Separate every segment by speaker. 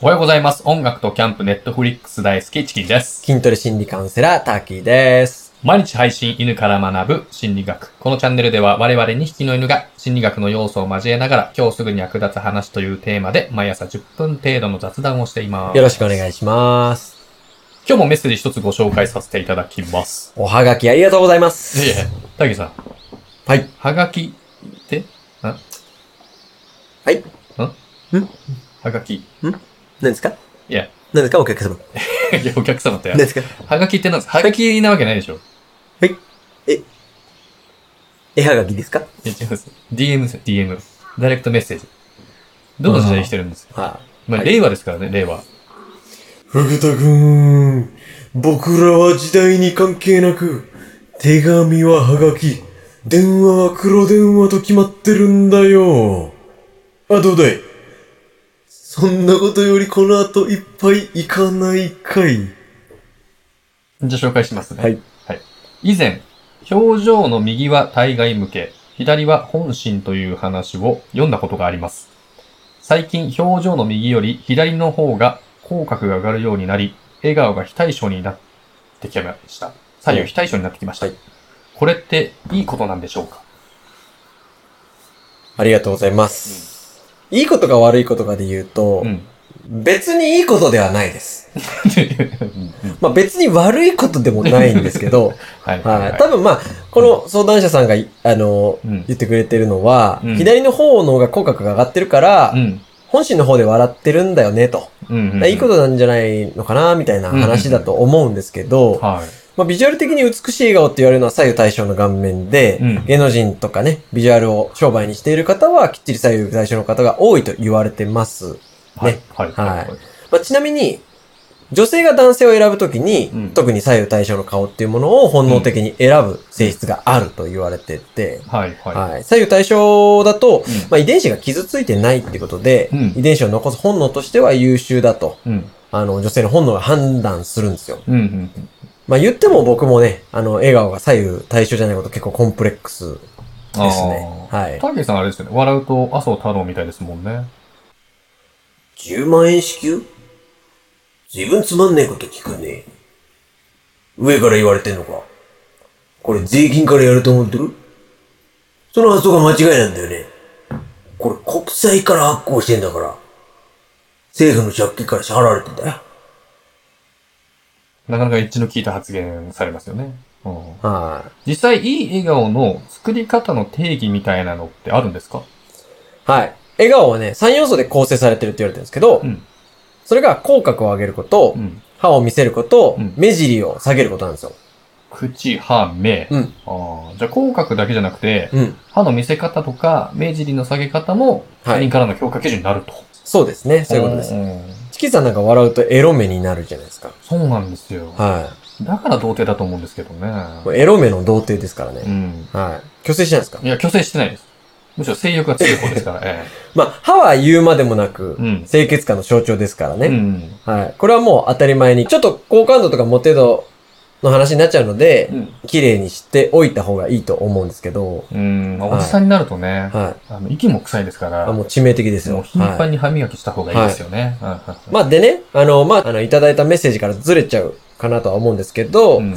Speaker 1: おはようございます。音楽とキャンプ、ネットフリックス大好き、チキンです。
Speaker 2: 筋トレ心理カウンセラー、ターキーです。
Speaker 1: 毎日配信、犬から学ぶ心理学。このチャンネルでは我々2匹の犬が心理学の要素を交えながら、今日すぐに役立つ話というテーマで、毎朝10分程度の雑談をしています。
Speaker 2: よろしくお願いします。
Speaker 1: 今日もメッセージ一つご紹介させていただきます。
Speaker 2: おはがきありがとうございま
Speaker 1: いえい
Speaker 2: す。
Speaker 1: え、たけさん、
Speaker 2: はい。
Speaker 1: はがきって、ん
Speaker 2: はい
Speaker 1: ん
Speaker 2: ん
Speaker 1: はがき。い
Speaker 2: 何ですか
Speaker 1: や、
Speaker 2: 何ですかお客様。
Speaker 1: いやお客様って
Speaker 2: 何、ですか
Speaker 1: はがきってなんですかはがきなわけないでしょ
Speaker 2: 絵はがきですか
Speaker 1: いや違います。DM ですよ、DM。ダイレクトメッセージ。どの時代にしてるんですか
Speaker 2: は
Speaker 1: まあ、
Speaker 2: はい
Speaker 1: 令和ですからね、令和。
Speaker 2: 福田くん、僕らは時代に関係なく、手紙ははがき、電話は黒電話と決まってるんだよ。あ、どうだいそんなことよりこの後いっぱい行かないかい。
Speaker 1: じゃあ紹介しますね。
Speaker 2: はい。
Speaker 1: 以前、表情の右は対外向け、左は本心という話を読んだことがあります。最近、表情の右より左の方が口角が上がるようになり、笑顔が非対称になってきました。左右非対称になってきました。
Speaker 2: はい
Speaker 1: これっていいことなんでしょうか
Speaker 2: ありがとうございます。いいことか悪いことかで言うと、
Speaker 1: うん。
Speaker 2: 別にいいことではないです。
Speaker 1: は
Speaker 2: まあ別に悪いことでもないんです けど、
Speaker 1: い。
Speaker 2: はい。多分まあ、この相談者さんがい、あの、
Speaker 1: うん
Speaker 2: 言ってくれてるのは、
Speaker 1: うん
Speaker 2: 左の方の方が口角が上がってるから、
Speaker 1: うん。
Speaker 2: 本心の方で笑ってるんだよね、と。
Speaker 1: うん。うん
Speaker 2: いいことなんじゃないのかな、みたいな話だと思うんですけど、
Speaker 1: は
Speaker 2: まあビジュアル的に美しい笑顔って言われるのは左右対称の顔面で、
Speaker 1: うん
Speaker 2: 芸能人とかね、ビジュアルを商売にしている方は、きっちり左右対称の方が多いと言われてます。
Speaker 1: い。はい
Speaker 2: ね。
Speaker 1: はい。
Speaker 2: はいまあ、ちなみに、女性が男性を選ぶときに、
Speaker 1: うん
Speaker 2: 特に左右対称の顔っていうものを本能的に選ぶ性質があると言われてて、
Speaker 1: はい。は
Speaker 2: はい、左右対称だと、
Speaker 1: い。
Speaker 2: まあ、遺伝子が傷ついてないってことで、
Speaker 1: うん
Speaker 2: 遺伝子を残す本能としては優秀だと、
Speaker 1: うん。
Speaker 2: あの、女性の本能が判断するんですよ。
Speaker 1: うん。うん。うん
Speaker 2: まあ、言っても僕もね、あの、笑顔が左右対称じゃないこと結構コンプレックスですね。
Speaker 1: あー
Speaker 2: はい。
Speaker 1: たけさんあれですよね。笑うと麻生太郎みたいですもんね。
Speaker 2: 10万円支給随分つまんねえこと聞くね。上から言われてんのかこれ税金からやると思ってるその発想が間違いなんだよね。これ国債から発行してんだから。政府の借金から支払われてんだよ。
Speaker 1: なかなか一致の効いた発言されますよね。うん
Speaker 2: は
Speaker 1: 実際、いい笑顔の作り方の定義みたいなのってあるんですか
Speaker 2: い。はい。笑顔はね、3要素で構成されてるって言われてるんですけど、
Speaker 1: うん。
Speaker 2: それが口角を上げること
Speaker 1: うん。
Speaker 2: 歯を見せること
Speaker 1: うん
Speaker 2: 目尻を下げることなんですよ。
Speaker 1: 口、歯、目。
Speaker 2: うん。
Speaker 1: ああ。じゃあ、口角だけじゃなくて、
Speaker 2: うん。
Speaker 1: 歯の見せ方とか、目尻の下げ方も、
Speaker 2: はい
Speaker 1: 他人からの評価基準になると。
Speaker 2: そうですね。そういうことです。
Speaker 1: ん
Speaker 2: チキさんなんか笑うとエロ目になるじゃないですか。
Speaker 1: そうなんですよ。
Speaker 2: はい。
Speaker 1: だから童貞だと思うんですけどね。
Speaker 2: もうエロ目の童貞ですから
Speaker 1: う
Speaker 2: ね。
Speaker 1: ん。
Speaker 2: はい。虚勢しないですか
Speaker 1: いや、虚勢してないです。むしろ性欲が強い方ですから、え
Speaker 2: まあ、歯は言うまでもなく、
Speaker 1: うん
Speaker 2: 清潔感の象徴ですから
Speaker 1: え。う
Speaker 2: ね、
Speaker 1: ん。
Speaker 2: はい。これはもう当たり前に、ちょっと好感度とかモテ度の話になっちゃうので
Speaker 1: う、ん。
Speaker 2: 綺麗にしておいた方がいいと思うんですけど、
Speaker 1: うん。まあ
Speaker 2: はい
Speaker 1: おじさんになるとね、
Speaker 2: はい。
Speaker 1: あの、息も臭いですから、
Speaker 2: あ
Speaker 1: も
Speaker 2: もう致命的ですよ。
Speaker 1: う頻
Speaker 2: は
Speaker 1: 繁
Speaker 2: い、
Speaker 1: に歯磨きした方がいいですよね。うんうん
Speaker 2: まあ、でね、あの、まあ、あの、いただいたメッセージからずれちゃうかなとは思うんですけど、
Speaker 1: うん。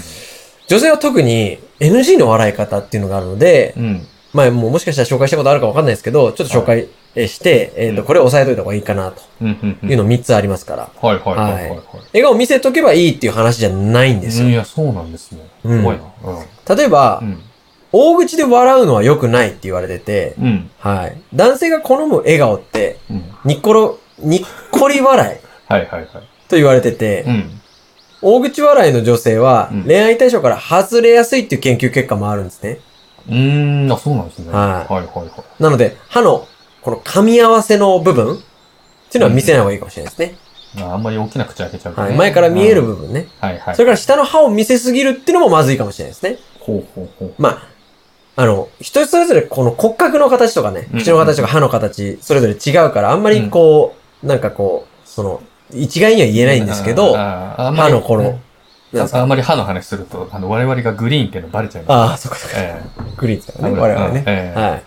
Speaker 2: 女性は特に NG の笑い方っていうのがあるので、
Speaker 1: うん。
Speaker 2: まあ、もうもしかしたら紹介したことあるかわかんないですけど、ちょっと紹介えーして、えっ、
Speaker 1: う
Speaker 2: と、
Speaker 1: ん
Speaker 2: これ押さえといた方がいいかなと
Speaker 1: うん。うん。うん
Speaker 2: いうの3つありますから。
Speaker 1: はいはいはいはい。
Speaker 2: はい
Speaker 1: は
Speaker 2: 笑顔見せとけばいいっていう話じゃないんで
Speaker 1: い
Speaker 2: す
Speaker 1: うん、い
Speaker 2: よ。
Speaker 1: や、そうなんですね。
Speaker 2: う
Speaker 1: す
Speaker 2: ん
Speaker 1: ごいな。
Speaker 2: 例えば、
Speaker 1: うん。うん。
Speaker 2: 大口で笑うのは良くないって言われてて、
Speaker 1: うん。
Speaker 2: はい。男性が好む笑顔って、
Speaker 1: うん。
Speaker 2: にっころ、にっこり笑い
Speaker 1: はいはいはい。
Speaker 2: と言われてて、
Speaker 1: うん。
Speaker 2: 大口笑いの女性は
Speaker 1: うん
Speaker 2: 恋愛対象から外れやすいっていう研究結果もあるんですね。
Speaker 1: うーん、あ、そうなんですね。
Speaker 2: はい
Speaker 1: はいはいはい。
Speaker 2: なので、歯の、この噛み合わせの部分っていうのは見せない方がいいかもしれないですね。
Speaker 1: ああんまり大きな口開けちゃうとね
Speaker 2: はい。前から見える部分ね。
Speaker 1: はいはい
Speaker 2: そ。れから下の歯を見せすぎるっていうのもまずいかもしれないですね。
Speaker 1: ほうほうほう。
Speaker 2: まあ、あの、人それぞれこの骨格の形とかね、
Speaker 1: うん
Speaker 2: 口の形とか歯の形、それぞれ違うから、あんまりこう、なんかこう、その、一概には言えないんですけど、
Speaker 1: あーあーあんま
Speaker 2: 歯
Speaker 1: り
Speaker 2: の頃。なんです
Speaker 1: あ
Speaker 2: か
Speaker 1: あんまり歯の話すると、あの、我々がグリーンっていうのバレちゃいます。
Speaker 2: ああ、そっかそっか。
Speaker 1: え
Speaker 2: グリーンです
Speaker 1: え
Speaker 2: からね、我々ね。
Speaker 1: ええ
Speaker 2: はい。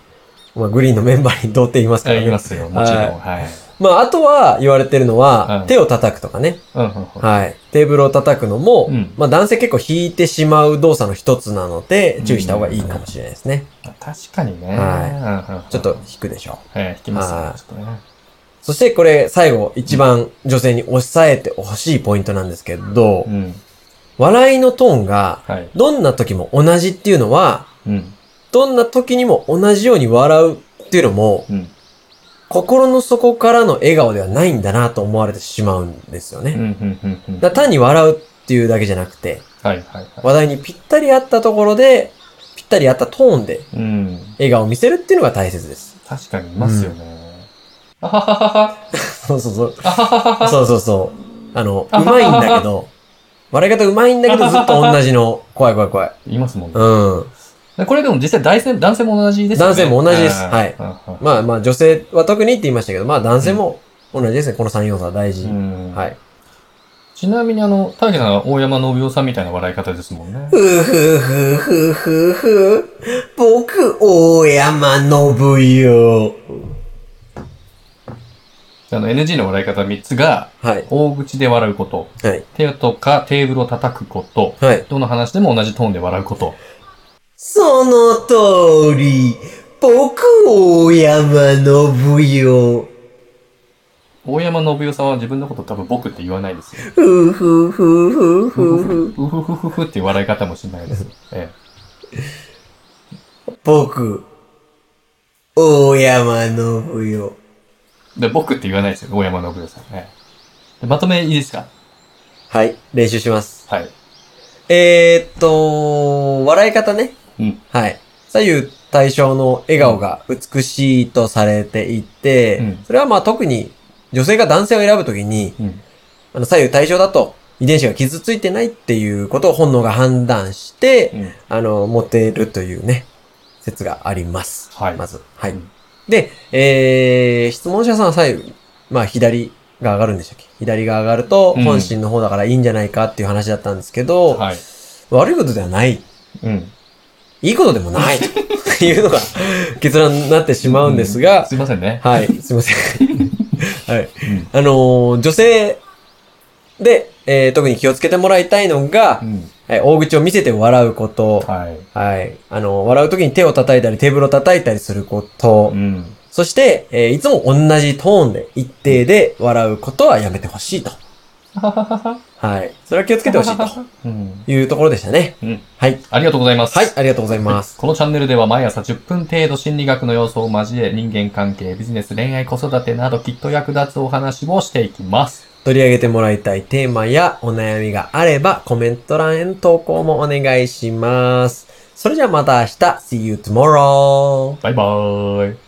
Speaker 2: まあ、グリーンのメンバーに童貞いますから
Speaker 1: ええい
Speaker 2: ね
Speaker 1: ま。すよ、もちろん。
Speaker 2: はい
Speaker 1: はい。
Speaker 2: まあ、あとは言われてるのは、
Speaker 1: うん
Speaker 2: 手を叩くとかね。
Speaker 1: うんうんうん
Speaker 2: はい。テーブルを叩くのも、
Speaker 1: うん
Speaker 2: まあ男性結構引いてしまう動作の一つなので、注意した方がいいかもしれないですね。
Speaker 1: 確かにね。
Speaker 2: はい
Speaker 1: うんうんうん
Speaker 2: ちょっと引くでしょう。
Speaker 1: えー、引きます
Speaker 2: は
Speaker 1: ね
Speaker 2: い。
Speaker 1: ちょっとね。
Speaker 2: そしてこれ最後一番女性に押さえてほしいポイントなんですけど
Speaker 1: う、ん。
Speaker 2: 笑いのトーンが
Speaker 1: はい。
Speaker 2: どんな時も同じっていうのは、
Speaker 1: うん。
Speaker 2: どんな時にも同じように笑うっていうのも、
Speaker 1: うん。
Speaker 2: 心の底からの笑顔ではないんだなと思われてしまうんですよ
Speaker 1: うん。う
Speaker 2: ね。
Speaker 1: ん。うんうん。
Speaker 2: だから単に笑うっていうだけじゃなくて、
Speaker 1: はい。はい。は
Speaker 2: 話題にぴったり合ったところで、ぴったり合ったトーン
Speaker 1: い。
Speaker 2: で
Speaker 1: うん。
Speaker 2: 笑顔を見せるっていうのが大切です。
Speaker 1: 確かにいますよね。あははは
Speaker 2: そうそうそう。
Speaker 1: は。あははは。
Speaker 2: そうそうそう。あの、うまいんだけど、笑い方うまいんだけどずっと同じの。怖い怖い怖い。
Speaker 1: いますもんね。
Speaker 2: うん。
Speaker 1: でこれでも実際男性、男性も同じですよね。
Speaker 2: 男性も同じです
Speaker 1: うん
Speaker 2: はい。まあまあ女性は特にって言いましたけど、まあ男性も同じですね。この3要素は大事
Speaker 1: う。んうん
Speaker 2: はい。
Speaker 1: ちなみにあの、大樹さんは大山信夫さんみたいな笑い方ですもんね。
Speaker 2: ふふふふふふ。僕、大山信よ。
Speaker 1: あの NG の笑い方3つが、
Speaker 2: はい。
Speaker 1: 大口で笑うこと、
Speaker 2: はい。
Speaker 1: 手とかテーブルを叩くこと、
Speaker 2: はい。
Speaker 1: どの話でも同じトーンで笑うこと。
Speaker 2: その通り。僕、大山信よ。
Speaker 1: 大山信夫さんは自分のこと多分僕って言わないですよ。
Speaker 2: ふふふふ
Speaker 1: ふふ。ふふふふふっていう笑い方もしないです。え
Speaker 2: 僕、大山信よ。
Speaker 1: え、で僕って言わないですよ、大山信夫さん。ええ、でまとめいいですか
Speaker 2: はい、練習します。
Speaker 1: はい。
Speaker 2: えー、っと、笑い方ね。
Speaker 1: うん
Speaker 2: はい。左右対称の笑顔が美しいとされていて、
Speaker 1: うん
Speaker 2: それはまあ特に女性が男性を選ぶときに、
Speaker 1: うん。
Speaker 2: あの左右対称だと遺伝子が傷ついてないっていうことを本能が判断して、
Speaker 1: うん。
Speaker 2: あの、モテるというね、説があります。
Speaker 1: はい
Speaker 2: まず。はい。
Speaker 1: うん
Speaker 2: で、えー、質問者さんは左右、まあ左が上がるんでしたっけ左が上がると、
Speaker 1: うん
Speaker 2: 本心の方だからいいんじゃないかっていう話だったんですけど、
Speaker 1: はい。
Speaker 2: 悪いことではない。
Speaker 1: うん。
Speaker 2: いいことでもない。というのが結論になってしまうんですが、
Speaker 1: すいませんね。
Speaker 2: はい、すい ません。はい。
Speaker 1: うん。
Speaker 2: あのー女性で、えー特に気をつけてもらいたいのが、
Speaker 1: うん。
Speaker 2: えー大口を見せて笑うこと、
Speaker 1: はい。
Speaker 2: はい。あの、笑うときに手を叩いたり、テーブルを叩いたりすること。
Speaker 1: うん。
Speaker 2: そして、えーいつも同じトーンで、一定で笑うことはやめて ほしいと。
Speaker 1: はははは。
Speaker 2: はい。それは気をつけてほしいと
Speaker 1: うん。
Speaker 2: いうところでしたね。
Speaker 1: うん。
Speaker 2: はい。
Speaker 1: ありがとうございます。
Speaker 2: はい、ありがとうござ います。
Speaker 1: このチャンネルでは毎朝10分程度心理学の要素を交え、人間関係、ビジネス、恋愛、子育てなどきっと役立つお話をしていきます。
Speaker 2: 取り上げてもらいたいテーマやお悩みがあれば、コメント欄への投稿もお願いします。それじゃあまた明日。See you tomorrow!
Speaker 1: バイバーイ。